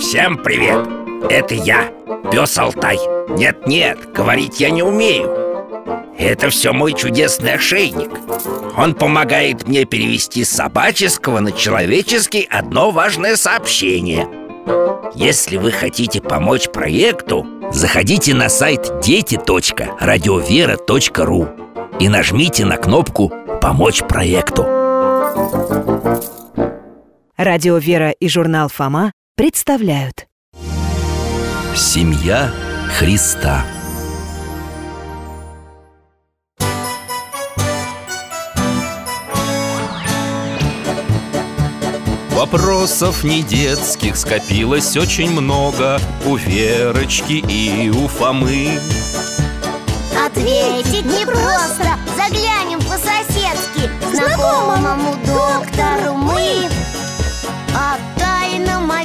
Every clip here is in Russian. Всем привет! Это я, пес Алтай. Нет-нет, говорить я не умею. Это все мой чудесный ошейник. Он помогает мне перевести с собаческого на человеческий одно важное сообщение. Если вы хотите помочь проекту, заходите на сайт дети.радиовера.ру и нажмите на кнопку «Помочь проекту». Радио «Вера» и журнал «Фома» представляют Семья Христа. Вопросов не детских скопилось очень много У Верочки и у Фомы Ответить непросто Заглянем по-соседски к Знакомому доктору мы О тайном, о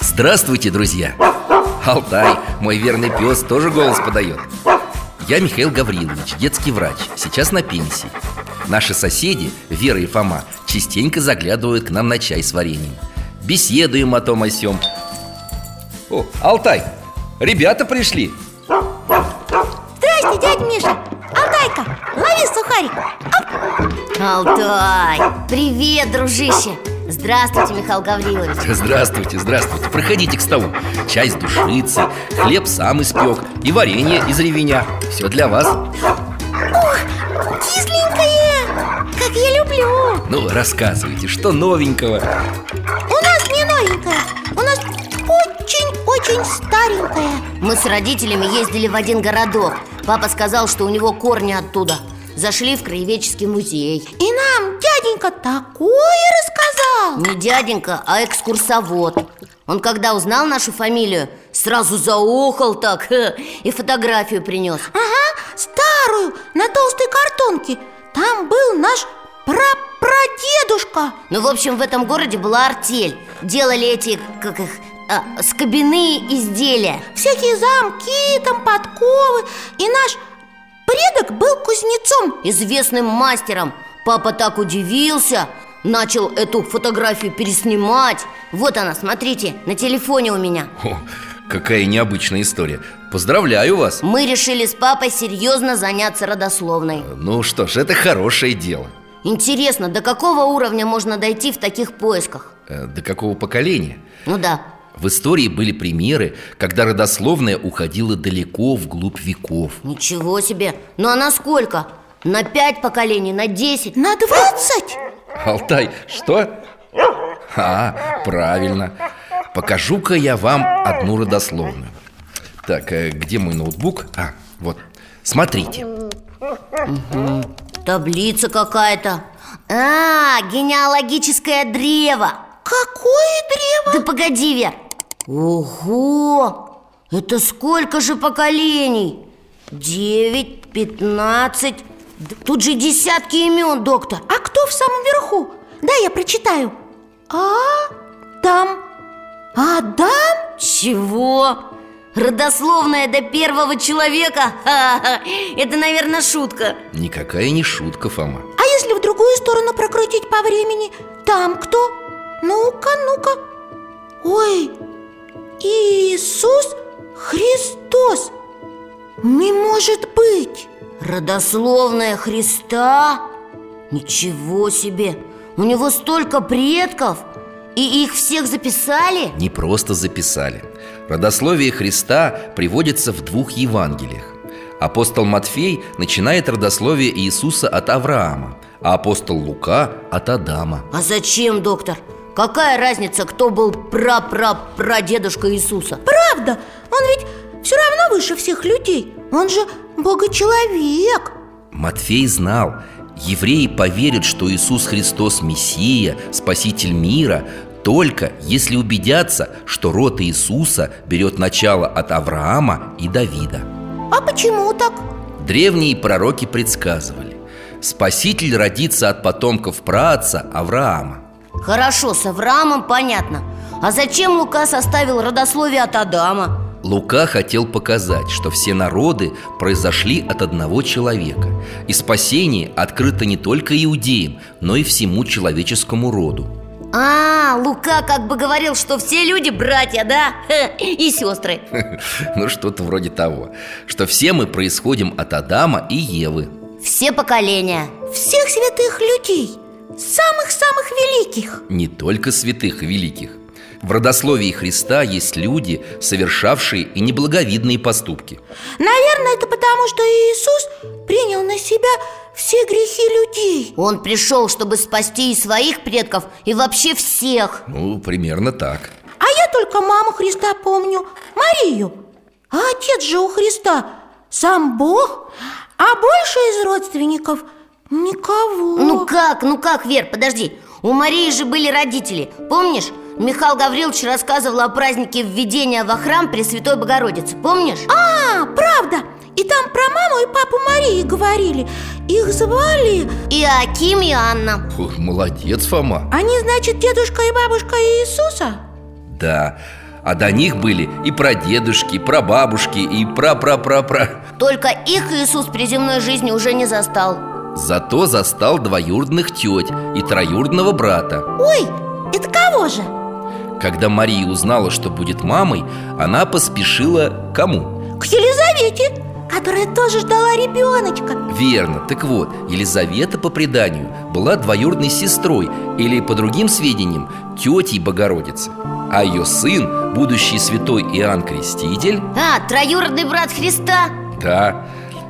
Здравствуйте, друзья! Алтай, мой верный пес, тоже голос подает. Я Михаил Гаврилович, детский врач, сейчас на пенсии. Наши соседи, Вера и Фома, частенько заглядывают к нам на чай с вареньем. Беседуем о том о сём. О, Алтай, ребята пришли. Здрасте, дядь Миша Алтайка, лови сухарик Алтай, привет, дружище Здравствуйте, Михаил Гаврилович Здравствуйте, здравствуйте. Проходите к столу. Чай с душицы, хлеб сам испек и варенье из ревеня. Все для вас. Кисленькое, как я люблю Ну, рассказывайте, что новенького? У нас не новенькое, у нас очень-очень старенькое Мы с родителями ездили в один городок Папа сказал, что у него корни оттуда Зашли в краеведческий музей И нам дяденька такое рассказал Не дяденька, а экскурсовод Он когда узнал нашу фамилию, сразу заохал так хе, И фотографию принес Ага, старую, на толстой картонке Там был наш прапрадедушка Ну, в общем, в этом городе была артель Делали эти, как их, а, скобяные изделия Всякие замки, там подковы И наш предок был кузнецом Известным мастером Папа так удивился Начал эту фотографию переснимать Вот она, смотрите, на телефоне у меня О, какая необычная история. Поздравляю вас. Мы решили с папой серьезно заняться родословной Ну что ж, это хорошее дело. Интересно, до какого уровня можно дойти в таких поисках? Э, До какого поколения? Ну да, В истории были примеры, когда родословная уходила далеко вглубь веков. ничего себе Ну а на сколько? На пять поколений, на десять? На двадцать? Алтай, что? А, правильно. Покажу-ка я вам одну родословную. Так, э, где мой ноутбук? А, вот. Смотрите. Таблица какая-то А, генеалогическое древо Какое древо? Да погоди, Вер Ого, это сколько же поколений? Девять, пятнадцать Д- Тут же десятки имен, доктор А кто в самом верху? Да, я прочитаю А, там Адам? Чего? Родословная до первого человека? Ха-ха. Это, наверное, шутка Никакая не шутка, Фома. А если в другую сторону прокрутить по времени? Там кто? Ну-ка, ну-ка Ой, Иисус Христос Не может быть Родословная Христа? Ничего себе! У него столько предков! И их всех записали? Не просто записали. Родословие Христа приводится в двух Евангелиях. Апостол Матфей начинает родословие Иисуса от Авраама, а апостол Лука от Адама. А зачем, доктор? Какая разница, кто был пра-пра-прадедушка Иисуса? Правда, он ведь все равно выше всех людей Он же богочеловек Матфей знал, евреи поверят, что Иисус Христос Мессия, Спаситель мира, Только если убедятся, что род Иисуса берет начало от Авраама и Давида А почему так? Древние пророки предсказывали Спаситель родится от потомков праотца Авраама Хорошо, с Авраамом понятно А зачем Лука составил родословие от Адама? Лука хотел показать, что все народы произошли от одного человека И спасение открыто не только иудеям, но и всему человеческому роду А, Лука как бы говорил, что все люди братья, да? Хе, И сестры Ну что-то вроде того Что все мы происходим от Адама и Евы Все поколения Всех святых людей Самых-самых великих Не только святых и великих В родословии Христа есть люди, совершавшие и неблаговидные поступки Наверное, это потому, что Иисус принял на себя все грехи людей Он пришел, чтобы спасти и своих предков, и вообще всех Ну, примерно так А я только маму Христа помню, Марию А отец же у Христа сам Бог А больше из родственников никого Ну как, ну как, Вер, подожди У Марии же были родители, помнишь? Михаил Гаврилович рассказывал о празднике введения во храм Пресвятой Богородицы, помнишь? А, правда, и там про маму и папу Марии говорили Их звали И Аким, и Анна Фу, Молодец, Фома Они, значит, дедушка и бабушка Иисуса? Да, а до них были и прадедушки, и прабабушки, и пра-пра-пра-пра Только их Иисус при земной жизни уже не застал Зато застал двоюродных теть и троюродного брата Ой, это кого же? Когда Мария узнала, что будет мамой, она поспешила к кому? К Елизавете, которая тоже ждала ребеночка Верно, так вот, Елизавета по преданию была двоюродной сестрой или, по другим сведениям, тетей Богородицы А ее сын, будущий святой Иоанн Креститель А, троюродный брат Христа Да,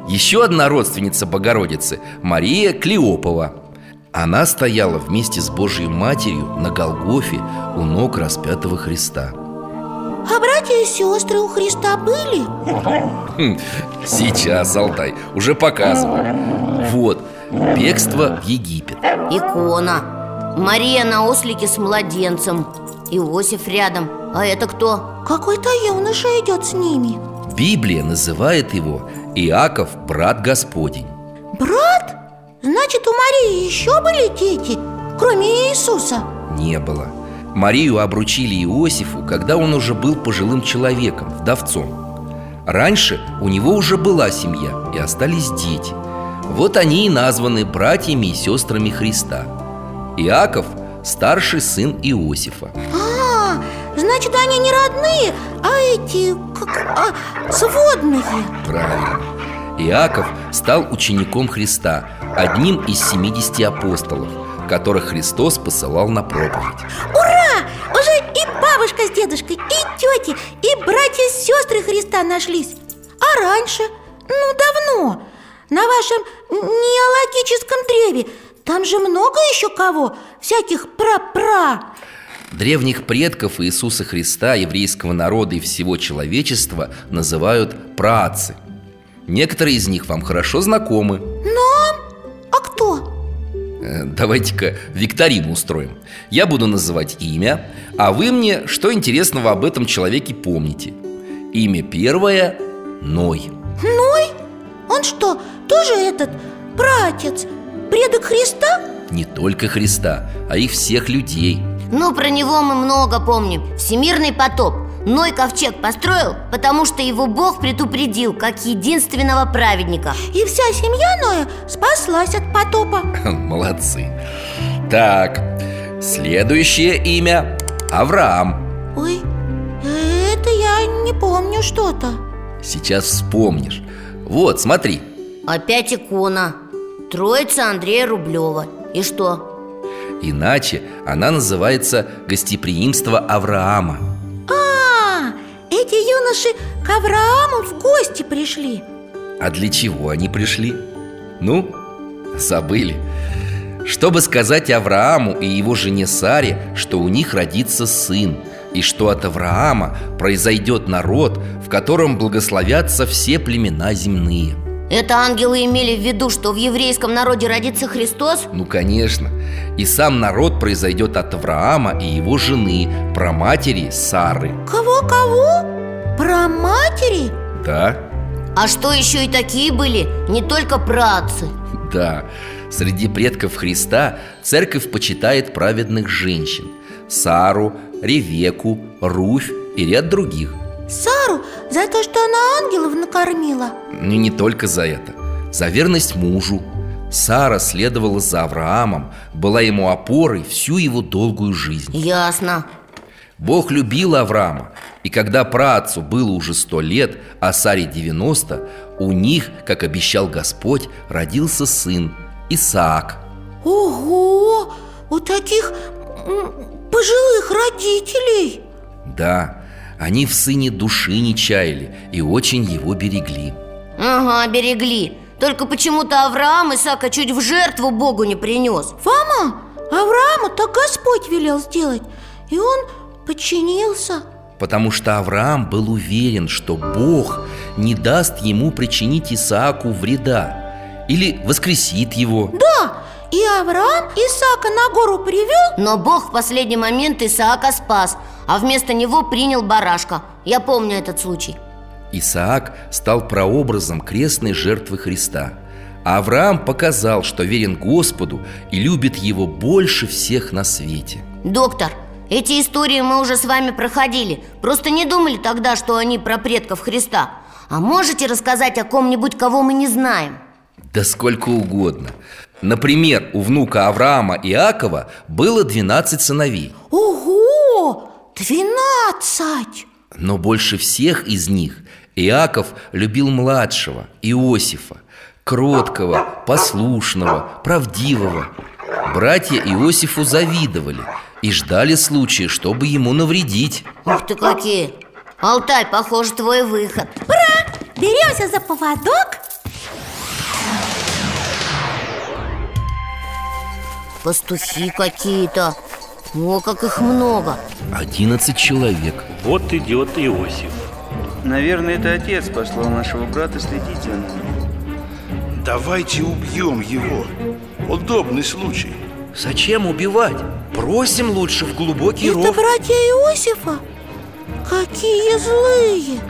еще одна родственница Богородицы, Мария Клеопова Она стояла вместе с Божьей Матерью на Голгофе у ног распятого Христа А братья и сестры у Христа были? Хм, Сейчас, Алтай, уже показываю Вот, бегство в Египет Икона Мария на ослике с младенцем Иосиф рядом А это кто? Какой-то юноша идет с ними Библия называет его Иаков, брат Господень Брат? Значит, у Марии еще были дети, кроме Иисуса? Не было Марию обручили Иосифу, когда он уже был пожилым человеком, вдовцом Раньше у него уже была семья и остались дети Вот они и названы братьями и сестрами Христа Иаков – старший сын Иосифа А, значит, они не родные, а эти, как, а, сводные Правильно Иаков стал учеником Христа, одним из 70 апостолов, которых Христос посылал на проповедь Ура! Уже и бабушка с дедушкой, и тети, и братья с сестры Христа нашлись А раньше? Ну, давно На вашем неологическом древе Там же много еще кого? Всяких пра-пра Древних предков Иисуса Христа, еврейского народа и всего человечества называют праотцы. Некоторые из них вам хорошо знакомы. А кто? Э, Давайте-ка викторину устроим. Я буду называть имя, а вы мне, что интересного об этом человеке помните. Имя первое – Ной. Ной? Он что, тоже этот братец? Предок Христа? Не только Христа, а и всех людей. Ну, про него мы много помним Всемирный потоп Ной ковчег построил, потому что его Бог предупредил Как единственного праведника И вся семья Ноя спаслась от потопа Молодцы. Так, следующее имя – Авраам. Ой, э, это я не помню что-то Сейчас вспомнишь. Вот, смотри, Опять икона Троица Андрея Рублева И что? Иначе она называется «Гостеприимство Авраама». А, эти юноши к Аврааму в гости пришли А для чего они пришли? Ну, забыли. Чтобы сказать Аврааму и его жене Саре, что у них родится сын, и что от Авраама произойдет народ, в котором благословятся все племена земные. Это ангелы имели в виду, что в еврейском народе родится Христос? Ну, конечно И сам народ произойдет от Авраама и его жены Праматери Сары Кого-кого? Про матери? Да, А что еще и такие были, не только праотцы Да, среди предков Христа церковь почитает праведных женщин Сару, Ревеку, Руфь и ряд других Сару за то, что она ангелов накормила Но не только за это За верность мужу Сара следовала за Авраамом Была ему опорой всю его долгую жизнь Ясно Бог любил Авраама И когда праотцу было уже сто лет, а Саре 90 У них, как обещал Господь, родился сын Исаак Ого! У таких м, пожилых родителей Да, они в сыне души не чаяли и очень его берегли Ага, берегли Только почему-то Авраам Исаака чуть в жертву Богу не принес Фома, Аврааму так Господь велел сделать И он подчинился Потому что Авраам был уверен, что Бог не даст ему причинить Исааку вреда Или воскресит его Да, и Авраам Исаака на гору привел Но Бог в последний момент Исаака спас А вместо него принял барашка Я помню этот случай Исаак стал прообразом крестной жертвы Христа А Авраам показал, что верен Господу и любит его больше всех на свете Доктор, эти истории мы уже с вами проходили Просто не думали тогда, что они про предков Христа А можете рассказать о ком-нибудь, кого мы не знаем? Да сколько угодно Например, у внука Авраама Иакова было 12 сыновей Ого! Двенадцать! Но больше всех из них Иаков любил младшего, Иосифа Кроткого, послушного, правдивого Братья Иосифу завидовали и ждали случая, чтобы ему навредить Ух ты какие! Алтай, похоже, твой выход Беремся за поводок Пастухи какие-то О, как их много 11 человек Вот идет Иосиф. Наверное, это отец послал нашего брата следить за нами. Давайте убьем его. Удобный случай. Зачем убивать? Просим лучше в глубокий Это братья Иосифа? Какие злые!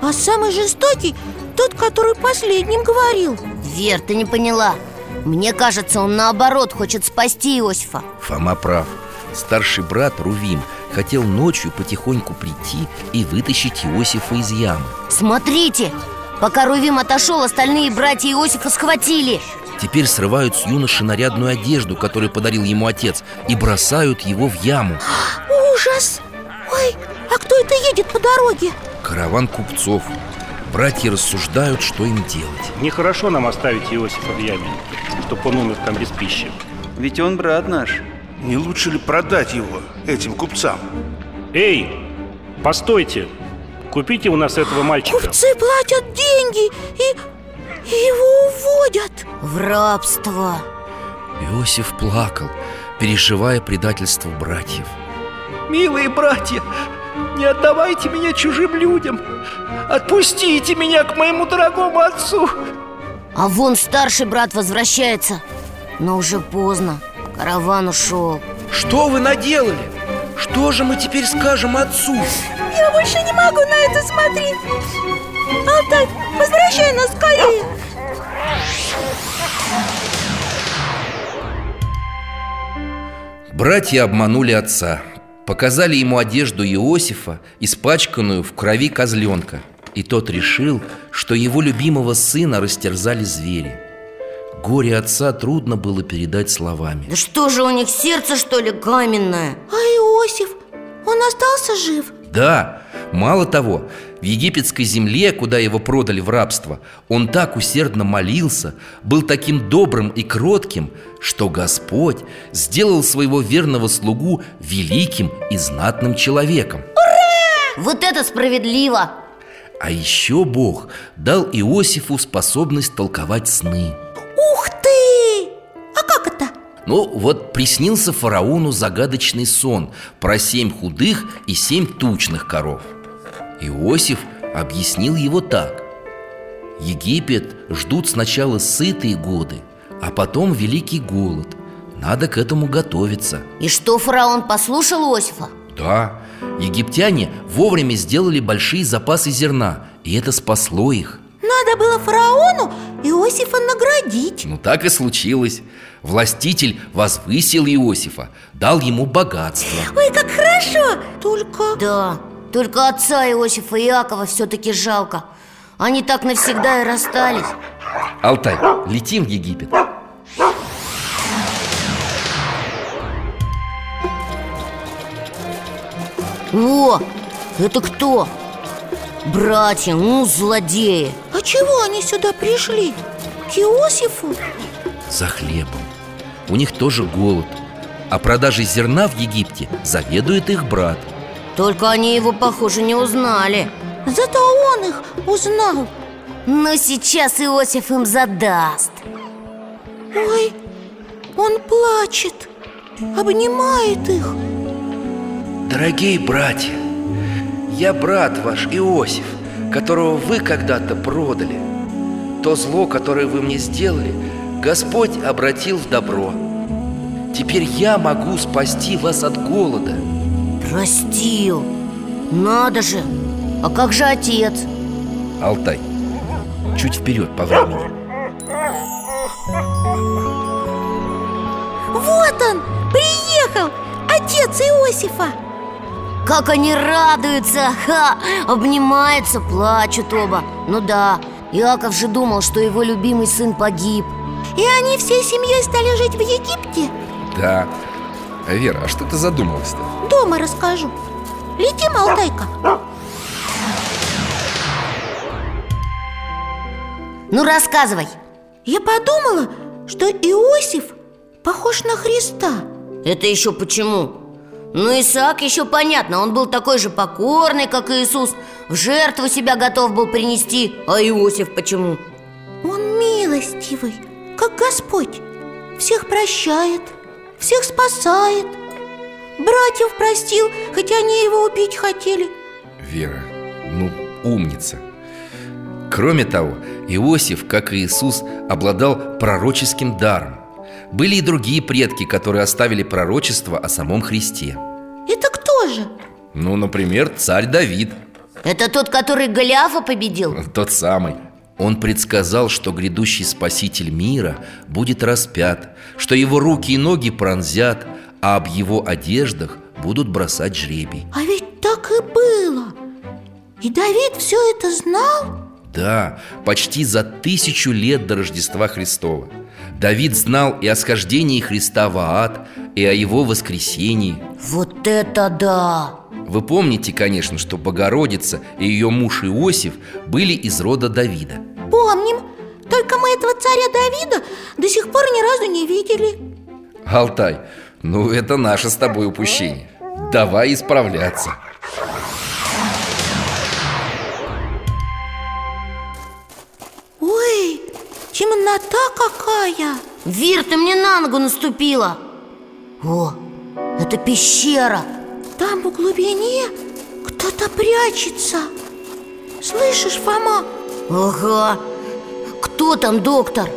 А самый жестокий тот, который последним говорил Вер, ты не поняла Мне кажется, он наоборот хочет спасти Иосифа Фома прав Старший брат Рувим хотел ночью потихоньку прийти и вытащить Иосифа из ямы Смотрите! Пока Рувим отошел, остальные братья Иосифа схватили Теперь срывают с юноши нарядную одежду, которую подарил ему отец, и бросают его в яму. Ужас! Ой, а кто это едет по дороге? Караван купцов. Братья рассуждают, что им делать. Нехорошо нам оставить Иосифа в яме, чтоб он умер там без пищи. Ведь он брат наш. Не лучше ли продать его этим купцам? Эй, постойте! Купите у нас этого мальчика. Купцы платят деньги и, и его уводят в рабство Иосиф плакал, переживая предательство братьев. Милые братья, не отдавайте меня чужим людям. Отпустите меня к моему дорогому отцу. А вон старший брат возвращается Но уже поздно Караван ушел Что вы наделали? Что же мы теперь скажем отцу? Я больше не могу на это смотреть Алтай, возвращай нас скорее Братья обманули отца. Показали ему одежду Иосифа, испачканную в крови козленка. И тот решил, что его любимого сына растерзали звери. Горе отца трудно было передать словами. Да что же у них, сердце что ли каменное? А Иосиф, он остался жив? Да, мало того, в египетской земле, куда его продали в рабство, он так усердно молился, был таким добрым и кротким, что Господь сделал своего верного слугу великим и знатным человеком. Вот это справедливо А еще Бог дал Иосифу способность толковать сны. Ух ты! А как это? Ну, вот приснился фараону загадочный сон про семь худых и семь тучных коров. Иосиф объяснил его так. Египет ждут сначала сытые годы, а потом великий голод. Надо к этому готовиться. И что фараон послушал Иосифа? Да, египтяне вовремя сделали большие запасы зерна, и это спасло их. Надо было фараону Иосифа наградить Ну так и случилось. Властитель возвысил Иосифа, дал ему богатство. Ой, как хорошо! Только... Да, только отца Иосифа и Иакова все-таки жалко Они так навсегда и расстались Алтай, летим в Египет. О, это кто? Братья, ну злодеи А чего они сюда пришли? К Иосифу? За хлебом. У них тоже голод. А продажей зерна в Египте заведует их брат. Только они его, похоже, не узнали Зато он их узнал Но сейчас Иосиф им задаст Ой, он плачет Обнимает их Дорогие братья, я брат ваш Иосиф, которого вы когда-то продали. То зло, которое вы мне сделали, Господь обратил в добро. Теперь я могу спасти вас от голода. Простил Надо же А как же отец? Алтай, чуть вперед по времени. Вот он, приехал, отец Иосифа Как они радуются, ха! Обнимаются, плачут оба Ну да, Иаков же думал, что его любимый сын погиб И они всей семьей стали жить в Египте? Да. А, Вера, а что ты задумалась-то? Дома расскажу Летим, Алтайка Ну рассказывай Я подумала, что Иосиф похож на Христа Это еще почему? Ну, Исаак еще понятно, он был такой же покорный, как и Иисус В жертву себя готов был принести, а Иосиф почему? Он милостивый, как Господь Всех прощает, всех спасает Братьев простил, хотя они его убить хотели Вера, ну умница. Кроме того, Иосиф, как и Иисус, обладал пророческим даром. Были и другие предки, которые оставили пророчество о самом Христе. Это кто же? Ну, например, царь Давид, Это тот, который Голиафа победил? тот самый. Он предсказал, что грядущий спаситель мира будет распят, что его руки и ноги пронзят, а об его одеждах будут бросать жребий. А ведь так и было И Давид все это знал? Да, почти за тысячу лет до Рождества Христова Давид знал и о схождении Христа в ад, и о его воскресении Вот это да! Вы помните, конечно, что Богородица и ее муж Иосиф были из рода Давида Помним, только мы этого царя Давида до сих пор ни разу не видели Алтай, ну это наше с тобой упущение Давай исправляться Ой, темнота какая Вир, ты мне на ногу наступила О, это пещера Там в глубине кто-то прячется Слышишь, Фома? Ага Кто там, доктор?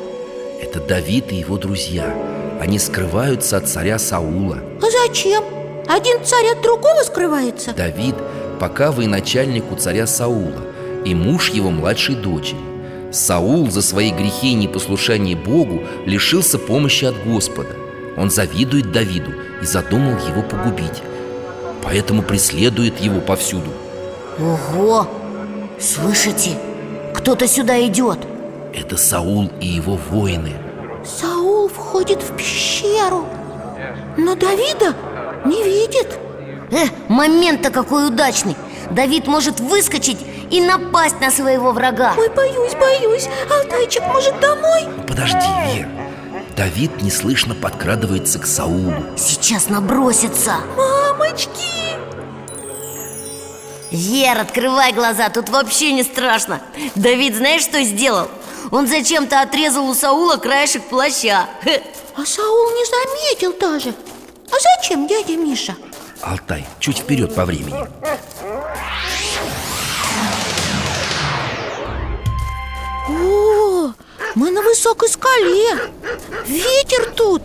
Это Давид и его друзья Они скрываются от царя Саула А зачем? Один царь от другого скрывается? Давид пока военачальник у царя Саула и муж его младшей дочери. Саул за свои грехи и непослушание Богу лишился помощи от Господа. Он завидует Давиду и задумал его погубить. Поэтому преследует его повсюду. Ого! Слышите? Кто-то сюда идет Это Саул и его воины. Саул входит в пещеру Но Давида не видит Э, момент-то какой удачный Давид может выскочить и напасть на своего врага Ой, боюсь, боюсь Алтайчик, может, домой? Ну, Подожди, Вер. Давид неслышно подкрадывается к Саулу. Сейчас набросится Мамочки! Вер, открывай глаза, тут вообще не страшно Давид знаешь, что сделал? Он зачем-то отрезал у Саула краешек плаща Хе. А Саул не заметил даже А зачем, дядя Миша? Алтай, чуть вперед по времени. О, мы на высокой скале Ветер тут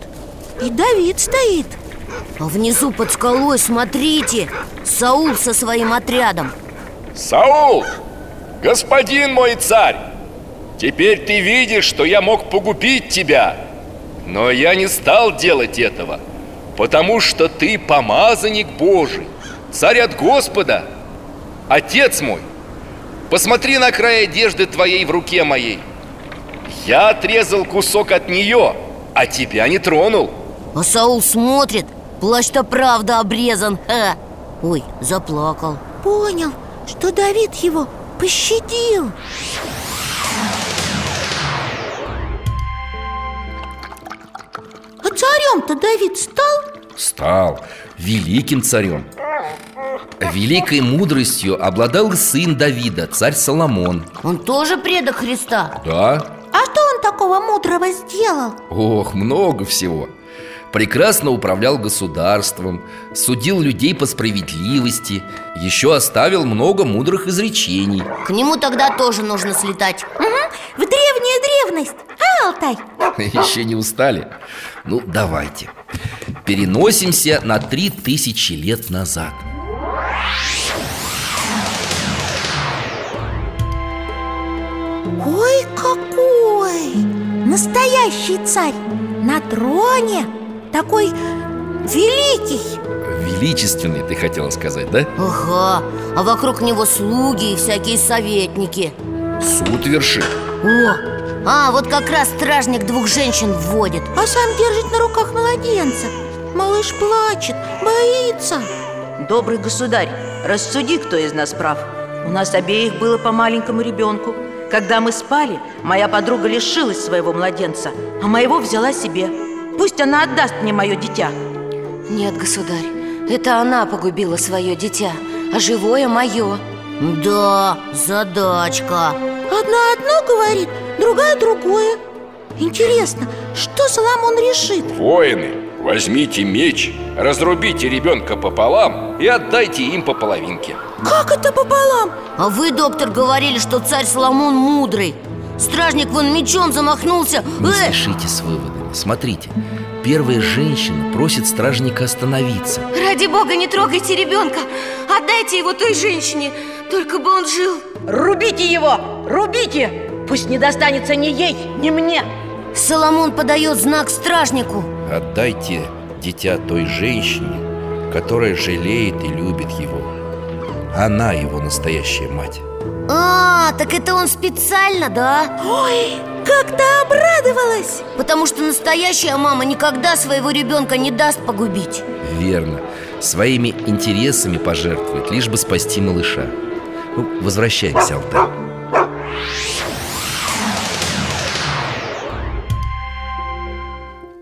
И Давид стоит А внизу под скалой, смотрите Саул со своим отрядом Саул, господин мой царь Теперь ты видишь, что я мог погубить тебя Но я не стал делать этого Потому что ты помазанник Божий Царь от Господа Отец мой Посмотри на край одежды твоей в руке моей Я отрезал кусок от нее А тебя не тронул А Саул смотрит Плащ-то правда обрезан Ха. Ой, заплакал Понял, что Давид его пощадил А царем-то Давид стал? Стал великим царем Великой мудростью обладал и сын Давида, царь Соломон Он тоже предок Христа? Да, А что он такого мудрого сделал? ох, много всего Прекрасно управлял государством, судил людей по справедливости Еще оставил много мудрых изречений К нему тогда тоже нужно слетать В древнюю древность, а, Алтай? Еще не устали? Ну, давайте Переносимся на три тысячи лет назад Ой, какой! Настоящий царь на троне Такой великий Величественный, ты хотела сказать, да? Ага, а вокруг него слуги и всякие советники Суд вершит О, а вот как раз стражник двух женщин вводит А сам держит на руках младенца Малыш плачет, боится Добрый государь, рассуди, кто из нас прав. У нас обеих было по маленькому ребенку. Когда мы спали, моя подруга лишилась своего младенца, а моего взяла себе. Пусть она отдаст мне мое дитя. Нет, государь, это она погубила свое дитя, а живое мое. Да, задачка Одна одно говорит, другая другое Интересно, что Соломон решит? Воины, возьмите меч, разрубите ребенка пополам и отдайте им по половинке Как это пополам? А вы, доктор, говорили, что царь Соломон мудрый Стражник вон мечом замахнулся Не Э, спешите с выводами Смотрите, первая женщина просит стражника остановиться Ради бога, не трогайте ребенка. Отдайте его той женщине, только бы он жил. Рубите его! Рубите! Пусть не достанется ни ей, ни мне! Соломон подает знак стражнику Отдайте дитя той женщине, которая жалеет и любит его Она его настоящая мать А, так это он специально, да? Ой, как-то обрадовалась Потому что настоящая мама никогда своего ребенка не даст погубить Верно, своими интересами пожертвует, лишь бы спасти малыша Ну, Возвращаемся, Алтай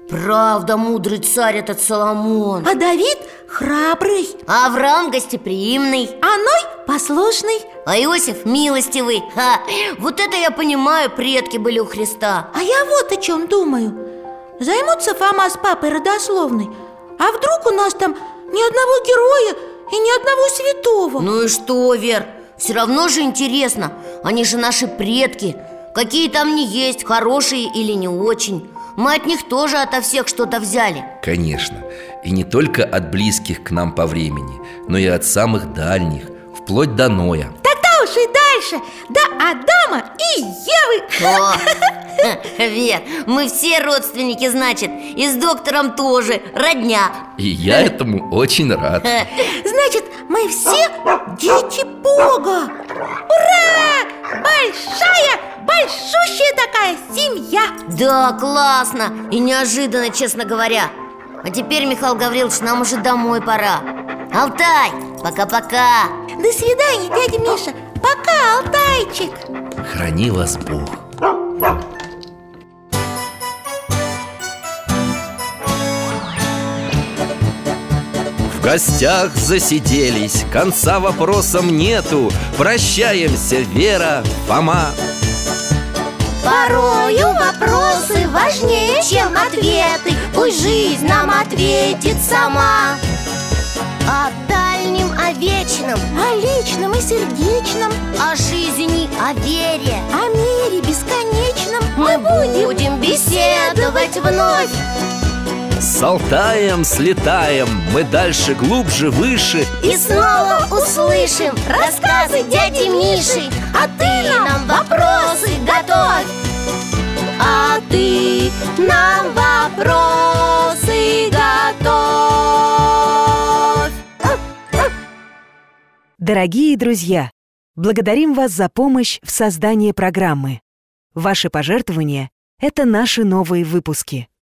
Правда, мудрый царь этот Соломон А Давид храбрый А Авраам гостеприимный А Ной послушный А Иосиф милостивый Ха, Вот это я понимаю, предки были у Христа А я вот о чем думаю Займутся Фома с папой родословной А вдруг у нас там ни одного героя и ни одного святого? Ну и что, Вер? Все равно же интересно Они же наши предки Какие там не есть, хорошие или не очень Мы от них тоже ото всех что-то взяли Конечно, и не только от близких к нам по времени, но и от самых дальних, вплоть до Ноя Тогда уж и дальше До Адама и Евы О, Вер, мы все родственники, значит И с доктором тоже, родня И я этому очень рад Значит, мы все дети Бога Ура! Большая, большущая такая семья Да, классно и неожиданно, честно говоря А теперь, Михаил Гаврилович, нам уже домой пора Алтай, пока-пока До свидания, дядя Миша Пока, Алтайчик Храни вас Бог В гостях засиделись, конца вопросам нету Прощаемся, Вера, Фома Порою вопросы важнее, чем ответы Пусть жизнь нам ответит сама О дальнем, о вечном О личном и сердечном О жизни, о вере О мире бесконечном Мы будем беседовать вновь С Алтаем слетаем Мы дальше, глубже, выше И снова услышим рассказы дяди Миши А ты нам вопросы готовь А ты нам вопросы готовь Дорогие друзья, благодарим вас за помощь в создании программы. Ваши пожертвования – это наши новые выпуски.